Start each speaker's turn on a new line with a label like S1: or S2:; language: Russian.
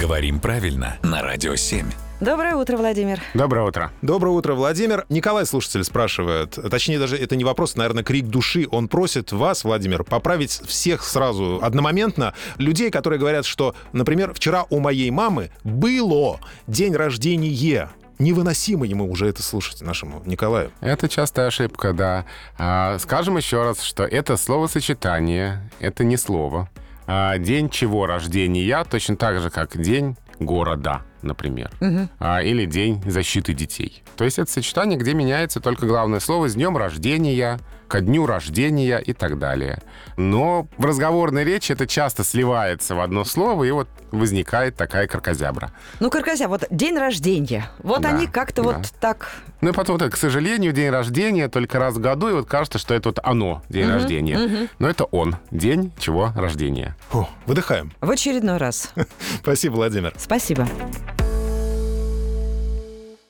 S1: Говорим правильно на Радио 7.
S2: Доброе утро, Владимир.
S3: Доброе утро.
S4: Доброе утро, Владимир. Николай, слушатель, спрашивает. Точнее, даже это не вопрос, наверное, крик души. Он просит вас, Владимир, поправить всех сразу, одномоментно, людей, которые говорят, что, например, вчера у моей мамы было день рождения. Невыносимо ему уже это слушать, нашему Николаю.
S3: Это частая ошибка, да. А, скажем еще раз, что это словосочетание, это не слово. А, день чего рождения, точно так же, как день города, например. А, или день защиты детей. То есть это сочетание, где меняется только главное слово с днем рождения, ко дню рождения и так далее. Но в разговорной речи это часто сливается в одно слово, и вот возникает такая карказябра.
S2: Ну, Каркася, вот день рождения. Вот
S3: Да,
S2: они как-то
S3: да.
S2: вот так...
S3: Ну и потом, вот это, к сожалению, день рождения только раз в году, и вот кажется, что это вот оно, день рождения. Но это он, день чего рождения.
S4: Фу, выдыхаем.
S2: В очередной раз.
S4: Спасибо, Владимир.
S2: Спасибо.